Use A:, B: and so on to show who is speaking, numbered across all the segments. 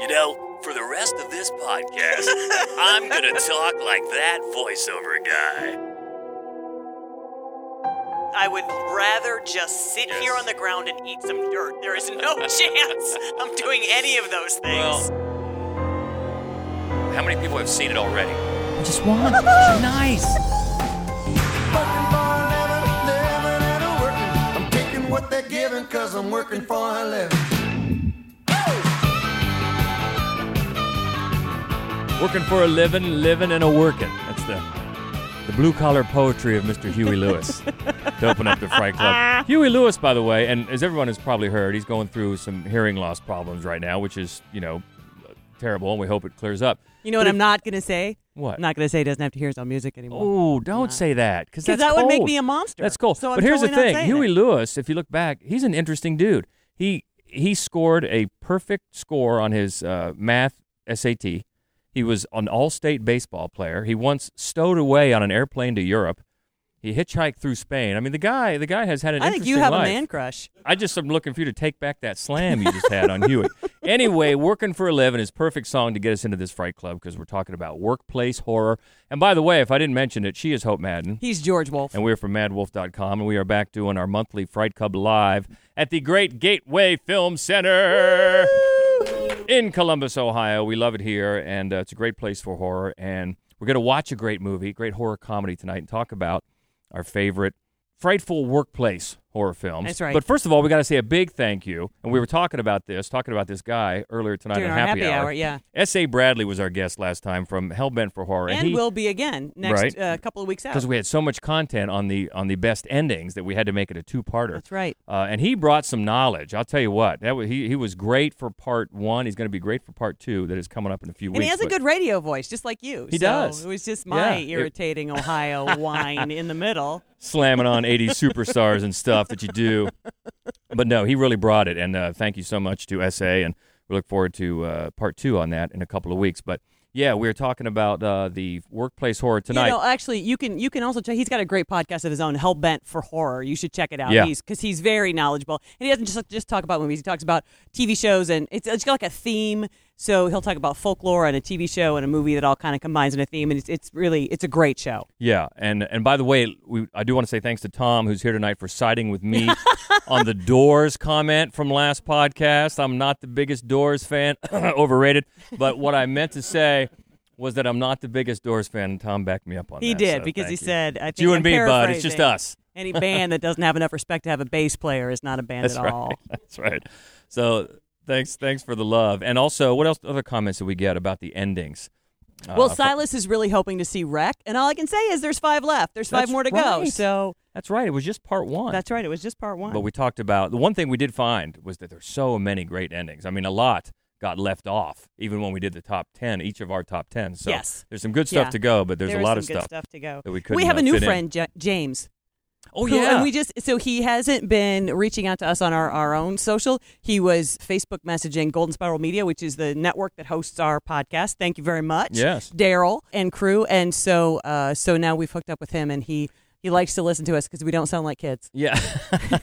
A: You know, for the rest of this podcast, I'm gonna talk like that voiceover guy.
B: I would rather just sit
A: Yes.
B: here on the ground and eat some dirt. There is no chance I'm doing any of those things.
A: How many people have seen it already?
C: I just want. nice.
D: Working for a living, living and a working. I'm taking what they're giving, cause I'm working for a living.
C: Working for a living, living and a working. That's the the blue collar poetry of Mr. Huey Lewis to open up the Fright Club. Huey Lewis, by the way, and as everyone has probably heard, he's going through some hearing loss problems right now, which is you know terrible, and we hope it clears up.
E: You know what I'm not gonna say?
C: What?
E: I'm not gonna say he doesn't have to hear his own music anymore.
C: Oh, don't say that, because
E: Because that would make me a monster.
C: That's cool.
E: So
C: but
E: I'm
C: here's
E: totally
C: the
E: not
C: thing:
E: saying
C: Huey
E: it.
C: Lewis. If you look back, he's an interesting dude. He he scored a perfect score on his uh, math SAT. He was an all-state baseball player. He once stowed away on an airplane to Europe. He hitchhiked through Spain. I mean, the guy the guy has had an
E: I think
C: interesting
E: you have
C: life.
E: a man crush.
C: I just am looking for you to take back that slam you just had on Huey. Anyway, Working for a Living is perfect song to get us into this Fright Club because we're talking about workplace horror. And by the way, if I didn't mention it, she is Hope Madden.
E: He's George Wolf.
C: And we're from madwolf.com, and we are back doing our monthly Fright Cub Live at the Great Gateway Film Center in Columbus, Ohio. We love it here, and uh, it's a great place for horror. And we're going to watch a great movie, great horror comedy tonight, and talk about our favorite frightful workplace horror films.
E: That's right.
C: But first of all, we got to say a big thank you. And we were talking about this, talking about this guy earlier tonight
E: During
C: on
E: our
C: Happy,
E: happy hour, yeah.
C: S.A. Bradley was our guest last time from Hellbent for Horror.
E: and
C: he,
E: will be again next
C: Right.
E: uh, couple of weeks out.
C: because we had so much content on the on the best endings that we had to make it a two-parter.
E: That's right.
C: Uh, and he brought some knowledge. I'll tell you what. That was, he he was great for part one. He's going to be great for part two. That is coming up in a few
E: And
C: weeks.
E: he has a
C: but-
E: good radio voice, just like you.
C: He
E: so
C: does.
E: It was just
C: Yeah,
E: my
C: it-
E: irritating Ohio whine in the middle.
C: slamming on 80 superstars and stuff that you do. But no, he really brought it. And uh, thank you so much to SA. And we look forward to uh, part two on that in a couple of weeks. But yeah, we were talking about uh, the workplace horror tonight.
E: You know, actually, you can you can also check. He's got a great podcast of his own, Hell Bent for Horror. You should check it out.
C: Yeah.
E: He's because he's very knowledgeable, and he doesn't just just talk about movies. He talks about TV shows, and it's, it's got like a theme. So he'll talk about folklore and a TV show and a movie that all kind of combines in a theme, and it's, it's really it's a great show.
C: Yeah, and and by the way, we, I do want to say thanks to Tom who's here tonight for siding with me on the Doors comment from last podcast. I'm not the biggest Doors fan, overrated. But what I meant to say was that I'm not the biggest Doors fan, and Tom backed me up on
E: He
C: that.
E: did
C: so
E: because
C: thank
E: he
C: you.
E: said, "I think
C: "It's you
E: I'm
C: and me, bud. It's just
E: paraphrasing.
C: us."
E: Any band that doesn't have enough respect to have a bass player is not a band
C: That's
E: at
C: right.
E: all.
C: That's right. So thanks, thanks for the love, and also what else? Other comments that we get about the endings. Uh,
E: well,
C: for-
E: Silas is really hoping to see Wreck, and all I can say is there's five left. There's five
C: That's
E: more to go.
C: right.
E: So
C: that's right. It was just part one.
E: that's right. It was just part one.
C: But we talked about the one thing we did find was that there's so many great endings. I mean, a lot got left off, even when we did the top ten, each of our top ten. So
E: Yes.
C: there's some good stuff
E: Yeah.
C: to go, but there's
E: There
C: a
E: is
C: lot
E: some
C: of
E: good
C: stuff.
E: to go.
C: that we couldn't,
E: have
C: uh,
E: a new
C: fit in.
E: friend, Ja- James.
C: Oh
E: who-
C: yeah,
E: and we just so he hasn't been reaching out to us on our, our own social. He was Facebook messaging Golden Spiral Media, which is the network that hosts our podcast. Thank you very much,
C: Yes.
E: Daryl and crew. And so uh, so now we've hooked up with him, and he he likes to listen to us because we don't sound like kids.
C: yeah.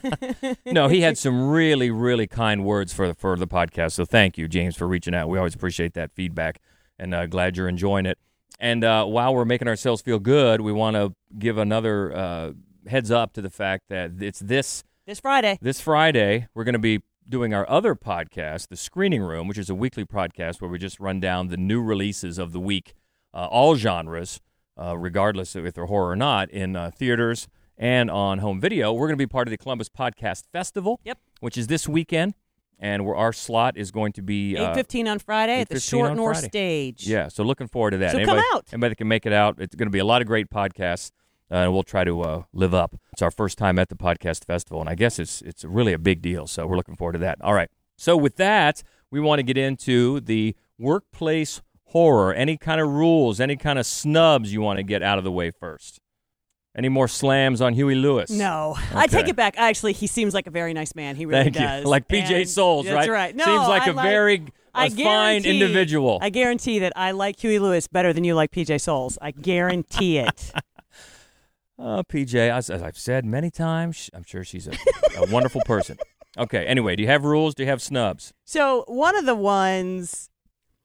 C: no, he had some really, really kind words for the for the podcast. So thank you, James, for reaching out. We always appreciate that feedback, and uh, glad you're enjoying it. And uh, while we're making ourselves feel good, we want to give another uh, heads up to the fact that it's this
E: This Friday,
C: This Friday, we're going to be doing our other podcast, The Screening Room, which is a weekly podcast where we just run down the new releases of the week, uh, all genres, uh, regardless of if they're horror or not, in uh, theaters and on home video. We're going to be part of the Columbus Podcast Festival,
E: Yep.
C: which is this weekend, and where our slot is going to be
E: eight
C: uh,
E: fifteen on Friday at the
C: 8:15
E: Short
C: on
E: North
C: Friday.
E: Stage.
C: yeah, so looking forward to that.
E: So come
C: anybody,
E: out.
C: Anybody that can make it out, it's going to be a lot of great podcasts, uh, and we'll try to uh, live up. It's our first time at the podcast festival, and I guess it's it's really a big deal. So we're looking forward to that. All right. So with that, we want to get into the workplace horror. Any kind of rules, any kind of snubs you want to get out of the way first. Any more slams on Huey Lewis?
E: No, I
C: Okay.
E: take it back. Actually, he seems like a very nice man. He really
C: Thank
E: does.
C: you. Like PJ
E: And-
C: Souls,
E: that's
C: right?
E: right. No,
C: Seems like
E: I
C: a very
E: I
C: a fine
E: guarantee-
C: individual.
E: I guarantee that I like Huey Lewis better than you like PJ Souls. I guarantee it.
C: Uh, PJ, as, as I've said many times, sh- I'm sure she's a, a wonderful person. Okay, anyway, do you have rules? Do you have snubs?
E: so one of the ones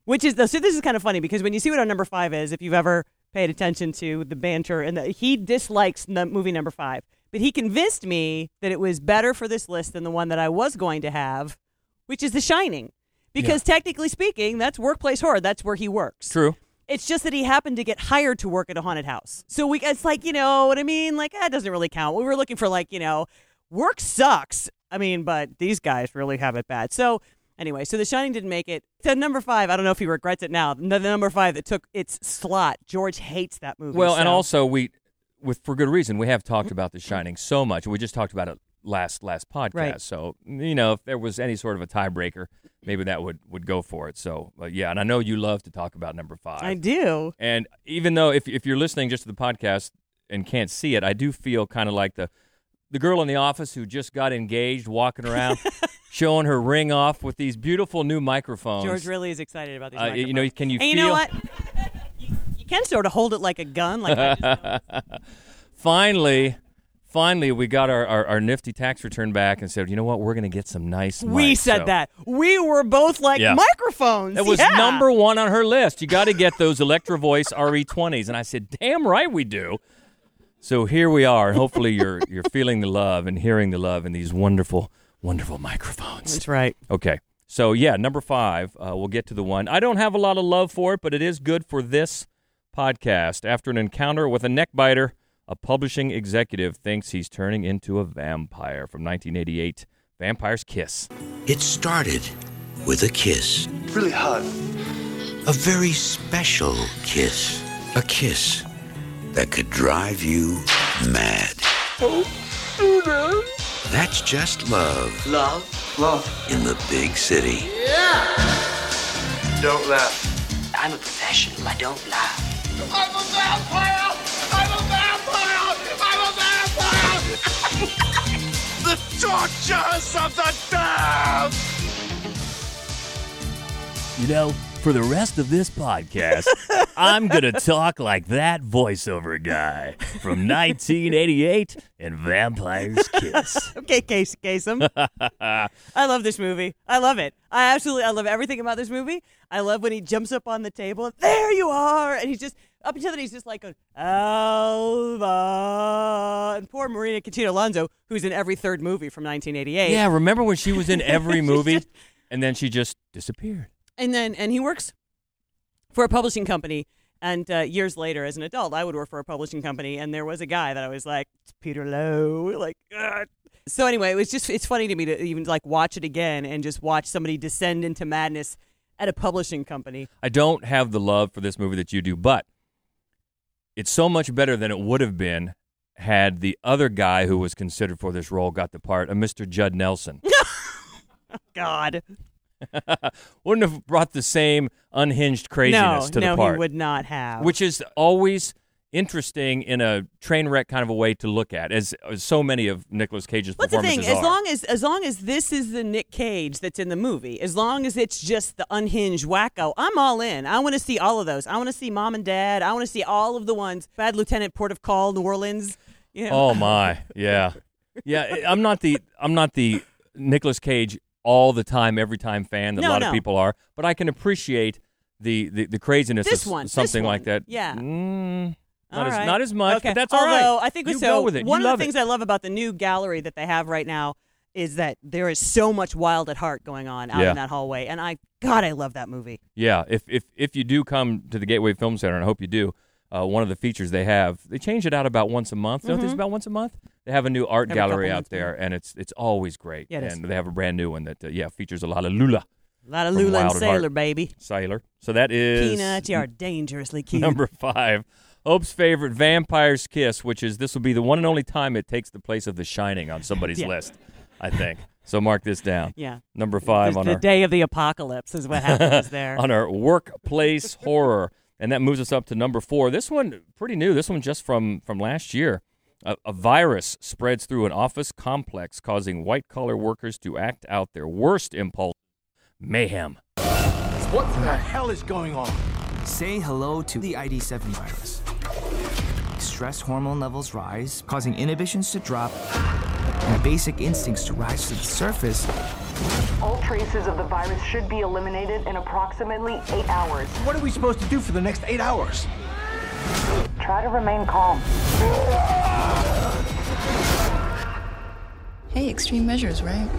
E: Which is the so this is kind of funny because when you see what our number five is, if you've ever paid attention to the banter, and the, he dislikes the movie number five, but he convinced me that it was better for this list than the one that I was going to have, which is The Shining, because technically speaking, that's workplace horror. That's where he works.
C: True.
E: It's just that he happened to get hired to work at a haunted house. So we, it's like, you know what I mean? Like, that doesn't really count. We were looking for, like, you know, work sucks. I mean, but these guys really have it bad. So anyway, so The Shining didn't make it. So number five, I don't know if he regrets it now. The the number five that took its slot. George hates that movie.
C: Well, and
E: so-
C: also we, with for good reason, we have talked about The Shining so much. We just talked about it last last podcast.
E: Right.
C: So you know, if there was any sort of a tiebreaker, maybe that would would go for it. So uh, yeah, and I know you love to talk about number five.
E: I do.
C: And even though if if you're listening just to the podcast and can't see it, I do feel kind of like the the girl in the office who just got engaged, walking around, showing her ring off with these beautiful new microphones.
E: George really is excited about these.
C: Uh, you know,
E: microphones.
C: can you
E: and you
C: feel-
E: know what? You- You can sort of hold it like a gun, like I just-
C: finally, finally, we got our, our, our nifty tax return back and said, you know what, we're going to get some nice.
E: we
C: mics."
E: said
C: So
E: that. We were both like
C: Yeah.
E: microphones.
C: That was
E: yeah.
C: number one on her list. You got to get those Electro Voice RE20s, and I said, damn right we do. So here we are, and hopefully you're you're feeling the love and hearing the love in these wonderful, wonderful microphones.
E: That's right.
C: Okay. So yeah, number five. Uh, we'll get to the one. I don't have a lot of love for it, but it is good for this podcast. After an encounter with a neck biter, a publishing executive thinks he's turning into a vampire from 1988. Vampire's Kiss.
F: It started with a kiss. Really hot. A very special kiss. A kiss that could drive you mad. Oh, That's just love. Love? Love. In the big city.
G: Don't laugh.
H: I'm a professional. I don't lie.
I: I'm a vampire! I'm a vampire! I'm a vampire!
G: The tortures of the damned!
A: You know, for the rest of this podcast, I'm going to talk like that voiceover guy from 1988 and Vampire's Kiss.
E: Okay, Case Kasem. I love this movie. I love it. I absolutely I love everything about this movie. I love when he jumps up on the table. There you are, and he's just up until then he's just like going, Alva. And poor Marina Katina Alonso, who's in every third movie from 1988.
C: Yeah, remember when she was in every
E: She's
C: movie,
E: just-
C: and then she just disappeared.
E: and then and he works for a publishing company and uh, years later as an adult i would work for a publishing company and there was a guy that i was like it's peter lowe like "Ugh." so anyway it was just it's funny to me to even like watch it again and just watch somebody descend into madness at a publishing company
C: I don't have the love for this movie that you do, but it's so much better than it would have been had the other guy who was considered for this role got the part, a Mr. Judd Nelson.
E: god
C: Wouldn't have brought the same unhinged craziness
E: no
C: to
E: no
C: the part,
E: he would not have
C: which is always interesting in a train wreck kind of a way to look at, as, as so many of Nicolas Cage's
E: What's the
C: performances
E: thing? As
C: are.
E: long as as long as this is the Nick Cage that's in the movie, as long as it's just the unhinged wacko, I'm all in. I want to see all of those. I want to see Mom and Dad. I want to see all of the ones. Bad Lieutenant, Port of Call, New Orleans. You know?
C: Oh my, yeah, yeah. I- I'm not the I'm not the Nicolas Cage all the time, every time fan that a
E: No,
C: lot
E: no.
C: of people are, but I can appreciate the the, the craziness
E: This
C: of s-
E: one, this
C: something
E: one.
C: like that.
E: Yeah.
C: Mm, not
E: All
C: as
E: right.
C: not as much,
E: Okay.
C: but that's all
E: Although,
C: right.
E: I think
C: you
E: so.
C: go with it.
E: One
C: you
E: of
C: love
E: the things
C: it.
E: I love about the new gallery that they have right now is that there is so much wild at heart going on out
C: Yeah.
E: in that hallway, and I God, I love that movie.
C: yeah. If if if you do come to the Gateway Film Center, and I hope you do. Uh, one of the features they have, they change it out about once a month. Don't they? It's about once a month. They have a new art
E: Mm-hmm. Every couple
C: gallery out
E: months, yeah.
C: there, and it's it's always great.
E: Yeah, it is.
C: and they have a brand new one that uh, yeah features a lot of Lula
E: A lot of
C: From
E: Lula and
C: Wild at Heart.
E: Sailor, baby.
C: Sailor. So that is
E: Peanut, you are dangerously cute.
C: Number five, Hope's favorite, Vampire's Kiss, which is this will be the one and only time it takes the place of The Shining on somebody's
E: Yeah.
C: list, I think. So mark this down.
E: Yeah.
C: Number five
E: the,
C: on
E: the
C: our
E: day of the apocalypse is what happens there.
C: on our workplace horror, and that moves us up to number four. This one pretty new. This one just from from last year. A, a virus spreads through an office complex, causing white collar workers to act out their worst impulse, mayhem.
J: Say hello to the ID7 virus. Stress hormone levels rise, causing inhibitions to drop and basic instincts to rise to the surface,
K: All traces of the virus should be eliminated in approximately eight hours.
L: What are we supposed to do for the next eight hours?
K: Try to remain calm.
M: Hey, extreme measures, right?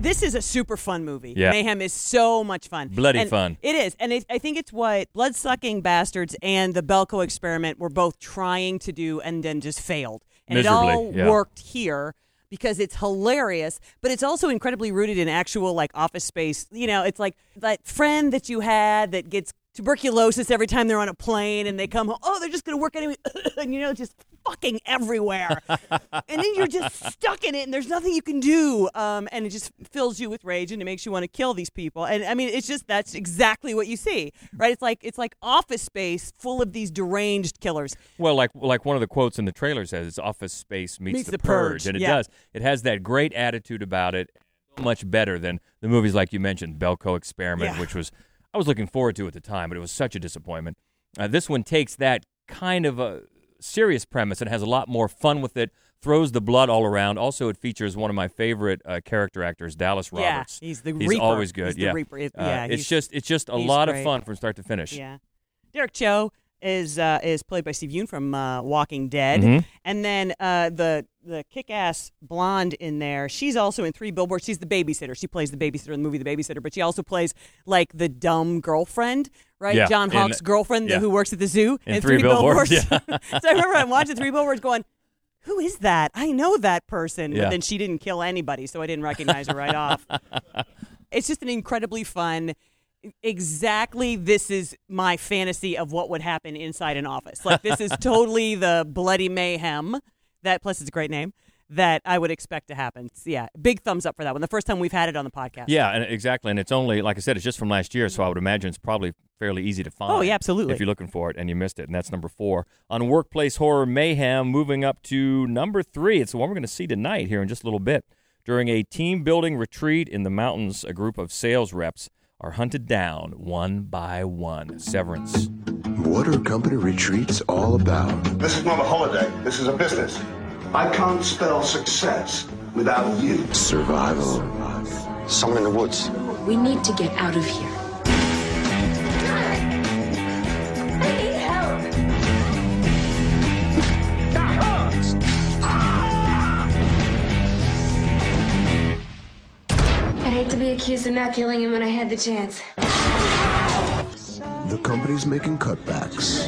E: This is a super fun movie.
C: Yeah.
E: Mayhem is so much fun.
C: Bloody
E: And
C: fun.
E: It is. And it, I think it's what Bloodsucking Bastards and the Belko experiment were both trying to do and then just failed. And
C: Miserably,
E: it all
C: yeah.
E: worked here because it's hilarious, but it's also incredibly rooted in actual like office space. You know, it's like that friend that you had that gets tuberculosis every time they're on a plane and they come home, oh, they're just going to work anyway. and you know, just fucking everywhere. and then you're just stuck in it, and there's nothing you can do. Um, and it just fills you with rage, and it makes you want to kill these people. And I mean, it's just that's exactly what you see, right? It's like it's like Office Space full of these deranged killers.
C: Well, like like one of the quotes in the trailer says, it's "Office Space meets,
E: Meets
C: the,
E: the
C: purge.
E: Purge,
C: and it
E: yeah.
C: does. It has that great attitude about it, so much better than the movies like you mentioned, Belko Experiment,
N: Yeah.
C: which was I was looking forward to at the time, but it was such a disappointment. Uh, this one takes that kind of a serious premise and has a lot more fun with it. Throws the blood all around. Also, it features one of my favorite uh, character actors, Dallas
E: Yeah,
C: Roberts.
E: he's the Reaper.
C: always good.
E: He's the
C: yeah,
E: Reaper. It-
C: Uh,
E: yeah,
C: it's
E: he's-
C: just it's just a
E: he's
C: lot of
E: great.
C: fun from start to finish.
E: Yeah. Derek Cho is uh, is played by Steve Yoon from uh, Walking Dead,
C: Mhm.
E: and then uh, the the kick ass blonde in there. She's also in Three Billboards. She's the babysitter. She plays the babysitter in the movie The Babysitter, but she also plays like the dumb girlfriend, right?
C: Yeah,
E: John
C: in-
E: Hawk's girlfriend the-
C: yeah.
E: who works at the zoo
C: In Three Billboards, yeah.
E: so I remember I'm watching Three Billboards, going. Who is that? I know that person.
C: Yeah.
E: But then she didn't kill anybody, so I didn't recognize her right off. It's just an incredibly fun. Exactly, this is my fantasy of what would happen inside an office. Like this is totally the bloody mayhem. That plus it's a great name that I would expect to happen. So, yeah, big thumbs up for that one. The first time we've had it on the podcast.
C: Yeah, and exactly. And it's only, like I said, it's just from last year, so I would imagine it's probably fairly easy to find.
E: Oh, yeah, absolutely.
C: If you're looking for it and you missed it. And that's number four. On Workplace Horror Mayhem, moving up to number three. It's the one we're going to see tonight here in just a little bit. During a team building retreat in the mountains, a group of sales reps are hunted down one by one. Severance.
F: What are company retreats all about?
O: This is not a holiday. This is a business. I can't spell success without you.
F: Survival. Some in the woods.
M: We need to get out of here.
P: I'd hate to be accused of not killing him when I had the chance.
F: The company's making cutbacks.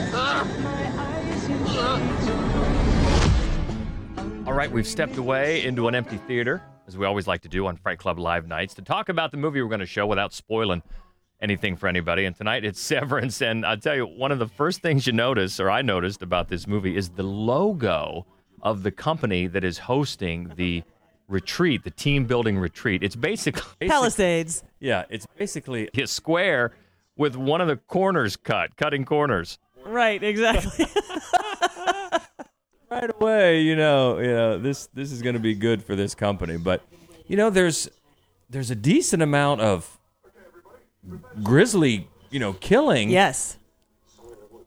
C: All right, we've stepped away into an empty theater, as we always like to do on Fright Club Live nights, to talk about the movie we're going to show without spoiling anything for anybody. And tonight it's Severance. And I'll tell you, one of the first things you notice, or I noticed about this movie, is the logo of the company that is hosting the retreat, the team building retreat. It's basically.
E: Palisades.
C: Yeah, it's basically a square with one of the corners cut, cutting corners.
E: Right, exactly.
C: right away, you know, you know, this this is going to be good for this company. But you know, there's there's a decent amount of grisly, you know, killing.
E: Yes.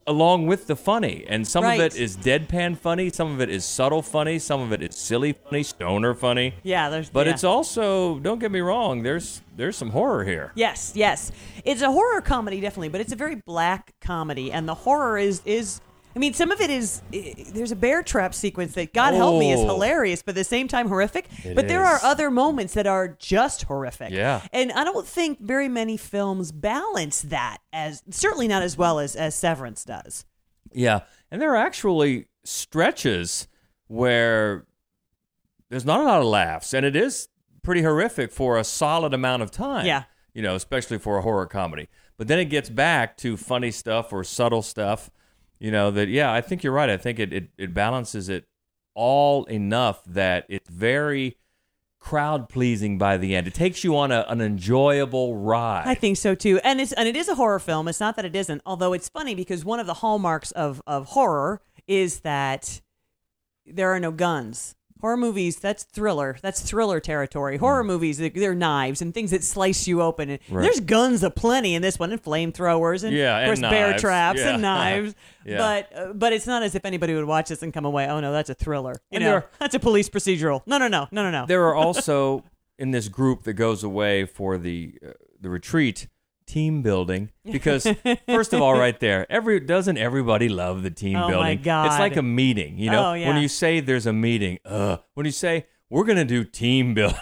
C: Along with the funny, and some
E: Right.
C: of it is deadpan funny, some of it is subtle funny, some of it is silly funny, stoner funny.
E: Yeah, there's
C: But
E: yeah.
C: it's also don't get me wrong, there's there's some horror here.
E: Yes, yes. It's a horror comedy, definitely, but it's a very black comedy, and the horror is is. I mean, some of it is. i- There's a bear trap sequence that, God help me, is
Q: Oh.
E: hilarious, but at the same time horrific.
Q: It
E: but there are
Q: is.
E: other moments that are just horrific.
Q: Yeah.
E: And I don't think very many films balance that as certainly not as well as as Severance does.
C: Yeah. And there are actually stretches where there's not a lot of laughs, and it is pretty horrific for a solid amount of time.
E: Yeah.
C: You know, especially for a horror comedy. But then it gets back to funny stuff or subtle stuff, you know, that, yeah, I think you're right. I think it, it, it balances it all enough that it's very crowd pleasing by the end. It takes you on a, an enjoyable ride.
E: I think so too. And it's and it is a horror film. It's not that it isn't. Although it's funny because one of the hallmarks of of horror is that there are no guns. Horror movies, that's thriller. That's thriller territory. Horror movies, they're, they're knives and things that slice you open. And
C: Hmm. Right.
E: There's guns aplenty in this one, and flamethrowers, and
C: Yeah,
E: of
C: and
E: course bear
C: knives.
E: traps
C: Yeah.
E: and knives.
C: Yeah.
E: But uh, but it's not as if anybody would watch this and come away, oh no, that's a thriller. You
C: And
E: know,
C: there are-
E: that's a police procedural. No, no, no, no, no, no.
C: There are also in this group that goes away for the uh, the retreat team building because first of all right there every doesn't everybody love the team
E: Oh, my
C: building it's
E: God.
C: like a meeting you know
E: Oh, yeah.
C: when you say there's a meeting uh when you say we're going to do team building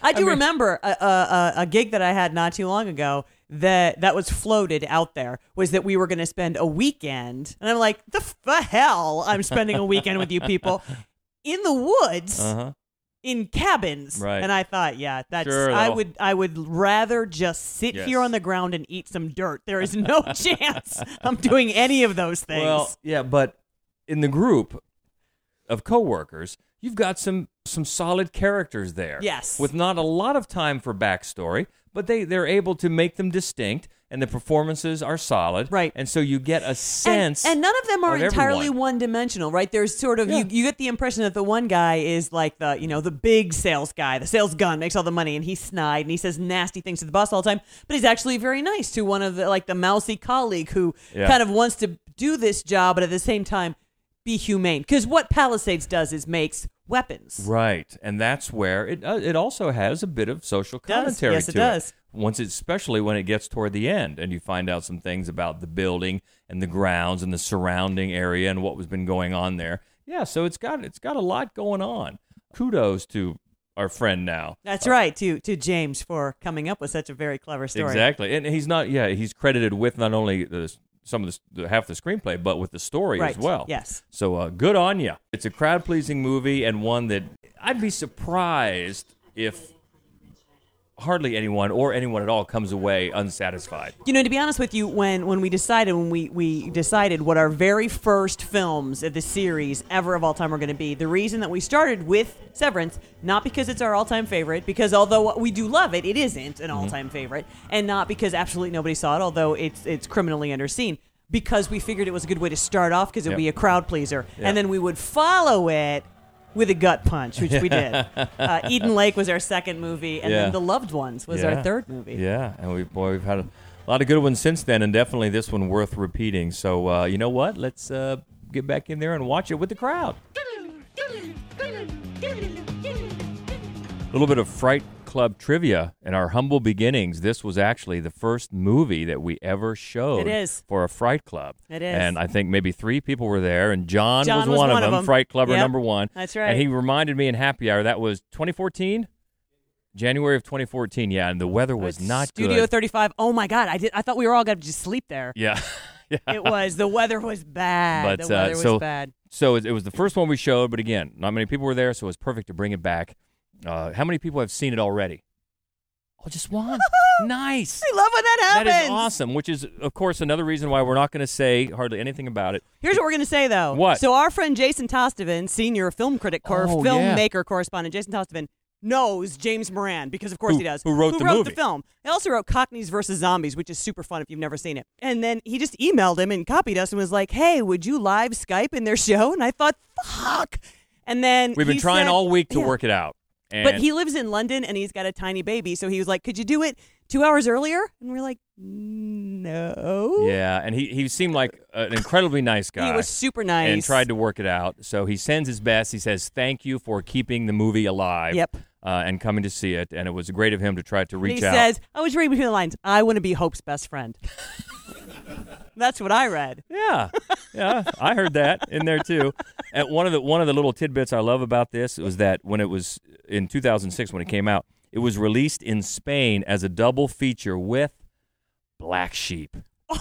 E: I do remember a, a, a- a gig that I had not too long ago that that was floated out there was that we were going to spend a weekend, and I'm like, the, f- the hell, I'm spending a weekend with you people in the woods.
C: uh-huh
E: In cabins,
C: Right.
E: and I thought, yeah, that's I
C: Sure, they'll-
E: would I would rather just sit
C: Yes.
E: here on the ground and eat some dirt. There is no chance I'm doing any of those things.
C: Well, yeah, but in the group of coworkers, you've got some some solid characters there.
E: Yes.
C: With not a lot of time for backstory, but they they're able to make them distinct and the performances are solid. Right. And so you get a
E: and,
C: sense
E: and none of them are
C: of
E: entirely
C: everyone.
E: one dimensional, right? There's sort of you, you get the impression that the one guy is like the you know the big sales guy, the sales gun makes all the money, and he's snide and he says nasty things to the boss all the time. But he's actually very nice to one of the like the mousy colleague who
N: Yeah.
E: kind of wants to do this job, but at the same time be humane. Because what Palisades does is makes weapons.
C: Right. And that's where it uh, it also has a bit of social
E: does.
C: commentary
E: Yes, it
C: to
E: does.
C: Once it, especially when it gets toward the end and you find out some things about the building and the grounds and the surrounding area and what was been going on there. Yeah, so it's got it's got a lot going on. Kudos to our friend now.
E: That's right to to James for coming up with such a very clever story.
C: Exactly. And he's not yeah, he's credited with not only the some of the s- the, half the screenplay but with the story as
E: Right.
C: well.
E: Yes.
C: So uh, good on you. It's a crowd-pleasing movie and one that I'd be surprised if hardly anyone or anyone at all comes away unsatisfied.
E: You know, to be honest with you, when when we decided when we we decided what our very first films of the series ever of all time were going to be, the reason that we started with Severance, not because it's our all time favorite, because although we do love it, it isn't an all time favorite, and not because absolutely nobody saw it, although it's it's criminally underseen. Because we figured it was a good way to start off because it would
N: Yep.
E: be a crowd pleaser.
N: Yeah.
E: And then we would follow it with a gut punch, which we did. Uh, Eden Lake was our second movie, and
C: Yeah.
E: then The Loved Ones was
C: Yeah.
E: our third movie.
C: Yeah, and we boy we've had a lot of good ones since then, and definitely this one worth repeating. So uh, you know what? Let's uh, get back in there and watch it with the crowd. A little bit of Fright Club trivia. In our humble beginnings, this was actually the first movie that we ever showed
E: It is.
C: for a Fright Club.
E: It is.
C: And I think maybe three people were there, and John,
E: John was
C: one,
E: one
C: of
E: of
C: them.
E: them.
C: Fright Clubber
E: Yep.
C: number one.
E: That's right.
C: And he reminded me in Happy Hour that was 2014, January of 2014. Yeah, and the weather was not
E: Studio
C: good.
E: 35. Oh my God! I did. I thought we were all going to just sleep there.
C: yeah. yeah.
E: It was the weather was bad.
C: But
E: the
C: uh,
E: weather
C: so
E: was bad.
C: so it, it was the first one we showed, but again, not many people were there, so it was perfect to bring it back. Uh, how many people have seen it already? Oh, just one. nice.
E: I love when that happens.
C: That is awesome, which is of course another reason why we're not going to say hardly anything about it.
E: Here's what we're going to say though.
C: What?
E: So our friend Jason Tostevin, senior film critic or
C: Oh, yeah.
E: filmmaker correspondent, Jason Tostevin knows James Moran because of course
C: Who-
E: he does.
C: who wrote the movie.
E: film? He also wrote Cockneys versus Zombies, which is super fun if you've never seen it. And then he just emailed him and copied us and was like, "Hey, would you live Skype in their show?" And I thought, "Fuck." And then
C: We've been
E: he
C: trying
E: said-
C: all week to
E: Yeah.
C: work it out. And
E: But he lives in London and he's got a tiny baby, so he was like, "Could you do it two hours earlier?" And we're like, "No."
C: Yeah, and he, he seemed like an incredibly nice guy.
E: was super
C: And
E: nice.
C: tried to work it out. So he sends his best. He says, Thank you for keeping the movie alive.
E: Yep.
C: Uh, and coming to see it. And it was great of him to try to
E: And
C: reach
E: he
C: out.
E: says, "I was reading between the lines. I want to be Hope's best friend." That's what I read.
C: Yeah, yeah, I heard that in there too. And one of the one of the little tidbits I love about this was that when it was in 2006 when it came out, it was released in Spain as a double feature with Black Sheep.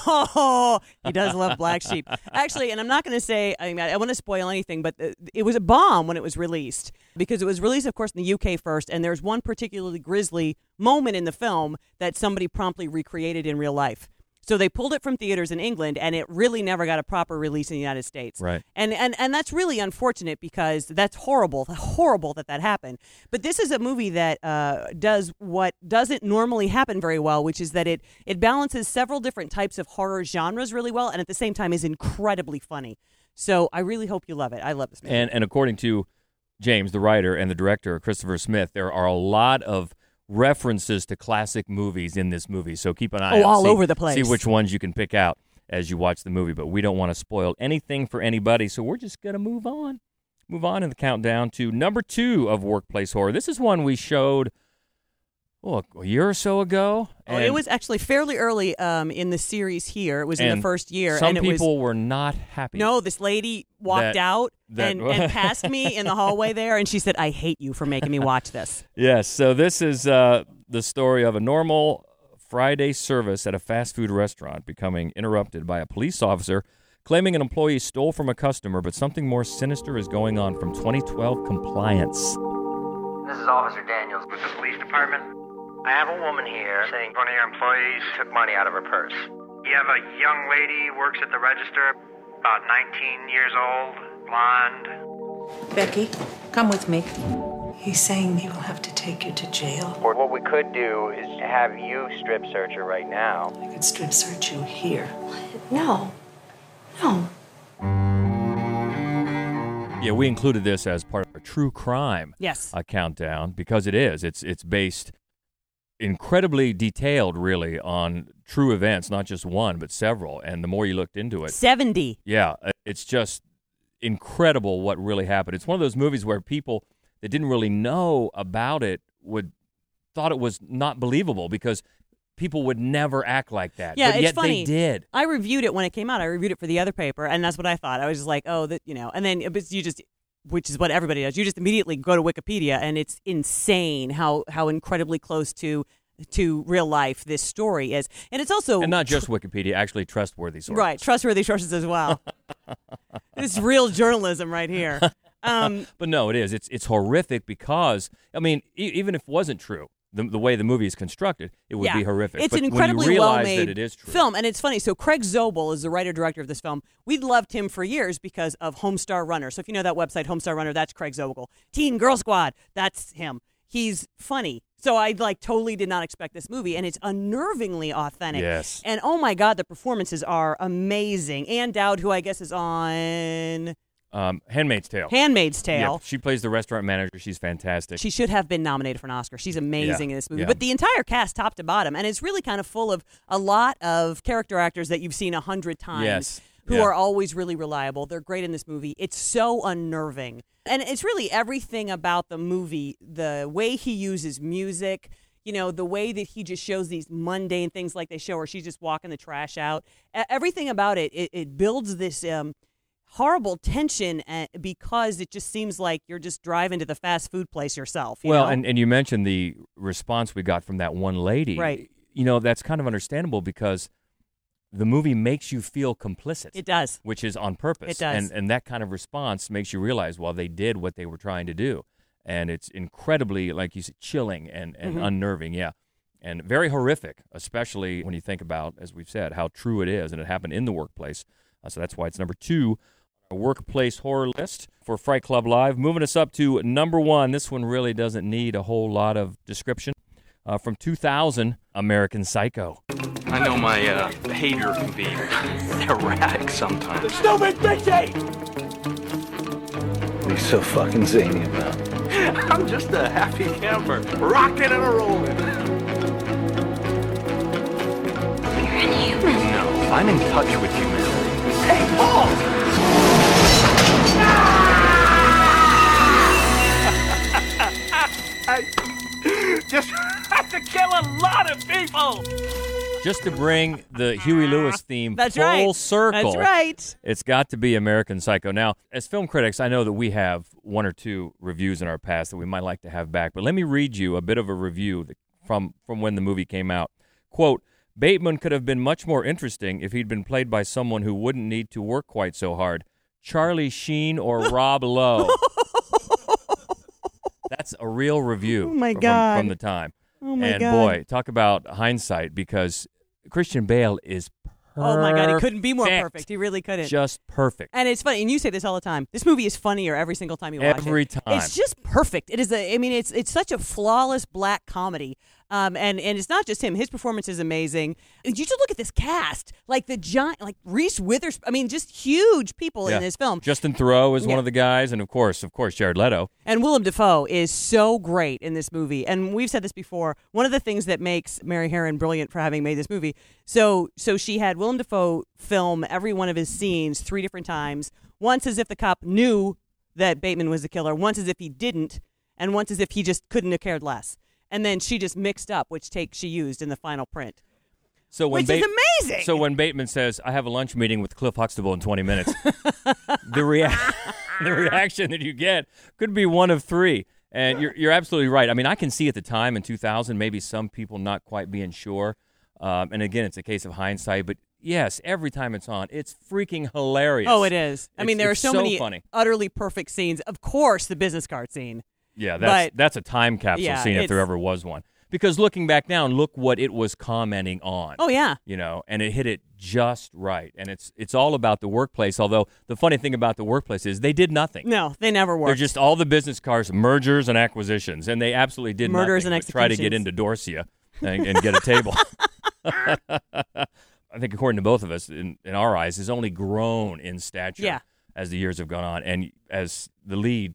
E: Oh, he does love Black Sheep. Actually, and I'm not going to say, I, mean, I want to spoil anything, but uh, it was a bomb when it was released because it was released, of course, in the UK first. And there's one particularly grisly moment in the film that somebody promptly recreated in real life. So they pulled it from theaters in England, and it really never got a proper release in the United States.
N: Right.
E: And, and and that's really unfortunate because that's horrible, horrible that that happened. But this is a movie that uh, does what doesn't normally happen very well, which is that it it balances several different types of horror genres really well, and at the same time is incredibly funny. So I really hope you love it. I love this movie.
C: And and according to James, the writer, and the director, Christopher Smith, there are a lot of references to classic movies in this movie. So keep an eye
E: Oh,
C: out.
E: all
C: See-
E: over the place.
C: See which ones you can pick out as you watch the movie. But we don't want to spoil anything for anybody. So we're just going to move on. Move on in the countdown to number two of Workplace Horror. This is one we showed well, a year or so ago.
E: Oh, it
C: and
E: was actually fairly early um, in the series here. It was in
C: and
E: the first year.
C: Some
E: and it
C: people
E: was,
C: were not happy.
E: No, this lady walked
C: That-
E: out
C: that-
E: and, and passed me in the hallway there, and she said, I hate you for making me watch this.
C: Yes. So this is uh, the story of a normal Friday service at a fast food restaurant becoming interrupted by a police officer claiming an employee stole from a customer, but something more sinister is going on from 2012 compliance.
N: This is Officer Daniels with the police department. I have a woman here saying one of your employees took money out of her purse. You have a young lady works at the register, about 19 years old, blonde.
Q: Becky, come with me. He's saying he will have to take you to jail.
N: Or what we could do is have you strip search her right now.
Q: I could strip search you here.
P: No. No.
C: Yeah, we included this as part of our true crime
E: Yes.
C: uh, countdown because it is. It's it's based incredibly detailed, really, on true events, not just one but several. And the more you looked into it,
E: 70.
C: Yeah, uh, it's just incredible what really happened. It's one of those movies where people that didn't really know about it would thought it was not believable because people would never act like that.
E: Yeah,
C: but
E: it's
C: yet
E: funny.
C: they did.
E: I reviewed it when it came out. I reviewed it for the other paper, and that's what I thought. I was just like, oh, that you know. And then it was, you just, which is what everybody does. You just immediately go to Wikipedia, and it's insane how how incredibly close to to real life this story is, and it's also
C: And not just Wikipedia, actually trustworthy sources.
E: Oh. right trustworthy sources as well. this is real journalism right here. Um,
C: but no, it is. It's it's horrific because I mean, e- even if it wasn't true, the, the way the movie is constructed, it would
E: yeah.
C: be horrific.
E: It's
C: but
E: an incredibly
C: when you realize
E: well-made
C: that it is true.
E: film, and it's funny. So Craig Zobel is the writer director of this film. We loved him for years because of Homestar Runner. So if you know that website, Homestar Runner, that's Craig Zobel. Teen Girl Squad, that's him. He's funny. So I like totally did not expect this movie, and it's unnervingly authentic.
C: Yes.
E: And oh my God, the performances are amazing. Anne Dowd, who I guess is on
C: Um, Handmaid's Tale.
E: Handmaid's Tale.
C: Yeah, she plays the restaurant manager. She's fantastic.
E: She should have been nominated for an Oscar. She's amazing
C: Yeah,
E: in this movie.
C: yeah.
E: But the entire cast, top to bottom, and it's really kind of full of a lot of character actors that you've seen a hundred times.
C: Yes,
E: Who
C: yeah.
E: are always really reliable. They're great in this movie. It's so unnerving. And it's really everything about the movie the way he uses music, you know, the way that he just shows these mundane things like they show her, she's just walking the trash out. E- Everything about it, it, it builds this. Um, horrible tension uh, because it just seems like you're just driving to the fast food place yourself. you
C: well,
E: know?
C: and, and you mentioned the response we got from that one lady.
E: Right.
C: You know, that's kind of understandable because the movie makes you feel complicit.
E: It does.
C: Which is on purpose.
E: It does.
C: And, and that kind of response makes you realize, well, they did what they were trying to do. And it's incredibly, like you said, chilling and, and
I: Mm-hmm.
E: Mhm.
C: unnerving. Yeah. And very horrific, especially when you think about, as we've said, how true it is. And it happened in the workplace. Uh, so that's why it's number two a workplace horror list for Fright Club Live. Moving us up to number one. This one really doesn't need a whole lot of description. Uh, from 2000, American Psycho.
R: I know my uh, behavior can be erratic sometimes.
I: Stupid bitchy!
S: What are you so fucking zany about?
I: I'm just a happy camper, rocking and a rolling.
R: No, I'm in touch with you, man.
I: Hey, Paul! I just had to kill a lot of people!
C: Just to bring the Huey Lewis theme
I: That's
C: full
I: right.
C: circle.
I: That's right.
C: It's got to be American Psycho. Now, as film critics, I know that we have one or two reviews in our past that we might like to have back, but let me read you a bit of a review that- from, from when the movie came out. Quote Bateman could have been much more interesting if he'd been played by someone who wouldn't need to work quite so hard Charlie Sheen or Rob Lowe. That's a real review
E: Oh my
C: from, from
E: God.
C: the time.
E: Oh my
C: and
E: God.
C: boy, talk about hindsight because Christian Bale is perfect.
E: oh my God, he couldn't be more perfect. He really couldn't.
C: Just perfect.
E: and it's funny, and you say this all the time. This movie is funnier every single time you watch it.
C: Every time.
E: It's just perfect. It is a. I mean, it's it's such a flawless black comedy. Um, and and it's not just him; his performance is amazing. You just look at this cast, like the giant, like Reese Witherspoon. I mean, just huge people
C: Yeah.
E: in this film.
C: Justin Thoreau is
E: Yeah.
C: one of the guys, and of course, of course, Jared Leto.
E: And Willem Dafoe is so great in this movie. And we've said this before. One of the things that makes Mary Herron brilliant for having made this movie. So so she had Willem Dafoe film every one of his scenes three different times. Once as if the cop knew that Bateman was the killer, once as if he didn't, and once as if he just couldn't have cared less. And then she just mixed up which take she used in the final print.
C: So when
E: Which is amazing!
C: So when Bateman says, "I have a lunch meeting with Cliff Huxtable in 20 minutes," the reaction the reaction that you get could be one of three. And you're you're absolutely right. I mean, I can see at the time in 2000, maybe some people not quite being sure. Um, and again, it's a case of hindsight. But yes, every time it's on, it's freaking hilarious.
E: Oh, it is. I mean,
C: It's-
E: there are
C: it's
E: so, many
C: funny.
E: utterly perfect scenes. Of course, the business card scene.
C: Yeah, that's
E: But-
C: that's a time capsule
E: yeah,
C: scene if there
E: it's-
C: ever was one. Because looking back now, and look what it was commenting on.
E: Oh, yeah.
C: you know, and it hit it just right. And it's it's all about the workplace. Although the funny thing about the workplace is they did nothing.
E: No, they never worked.
C: They're just all the business cars, mergers and acquisitions, and they absolutely did
E: Murders
C: nothing
E: and
C: but try to get
E: executions.
C: into Dorsia and, and get a table. I think, according to both of us, in, in our eyes, has only grown in stature
E: Yeah.
C: as the years have gone on, and as the lead,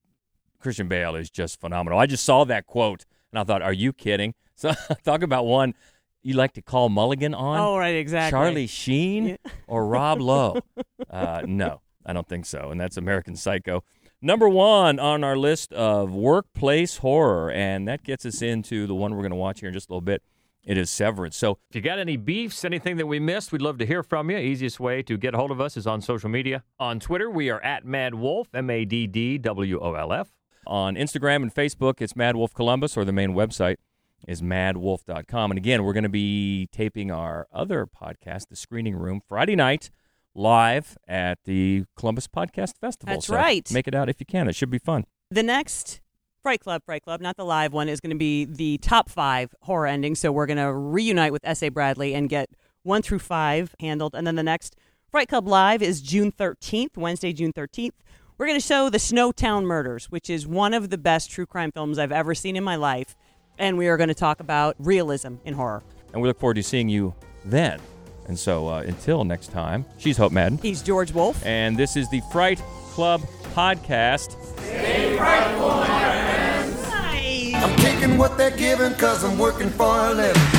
C: Christian Bale is just phenomenal. I just saw that quote and I thought, "Are you kidding?" So talk about one you like to call Mulligan on.
E: Oh, right, exactly.
C: Charlie Sheen
E: Yeah.
C: or Rob Lowe? uh, no, I don't think so. And that's American Psycho. Number one on our list of workplace horror, and that gets us into the one we're going to watch here in just a little bit. It is Severance. So if you got any beefs, anything that we missed, we'd love to hear from you. Easiest way to get a hold of us is on social media. On Twitter, we are at Mad Wolf, M A D D W O L F. On Instagram and Facebook, it's Mad Wolf Columbus, or the main website is madwolf.com. And again, we're going to be taping our other podcast, The Screening Room, Friday night live at the Columbus Podcast Festival.
E: That's
C: So
E: right.
C: Make it out if you can. It should be fun.
E: The next Fright Club, Fright Club, not the live one, is going to be the top five horror endings. So we're going to reunite with S.A. Bradley and get one through five handled. And then the next Fright Club Live is June 13th, Wednesday, June 13th. We're going to show The Snowtown Murders, which is one of the best true crime films I've ever seen in my life. And we are going to talk about realism in horror.
C: And we look forward to seeing you then. And so uh, until next time, she's Hope Madden.
E: He's George Wolf.
C: And this is the Fright Club Podcast.
D: I'm taking what they're giving cause I'm working for a living.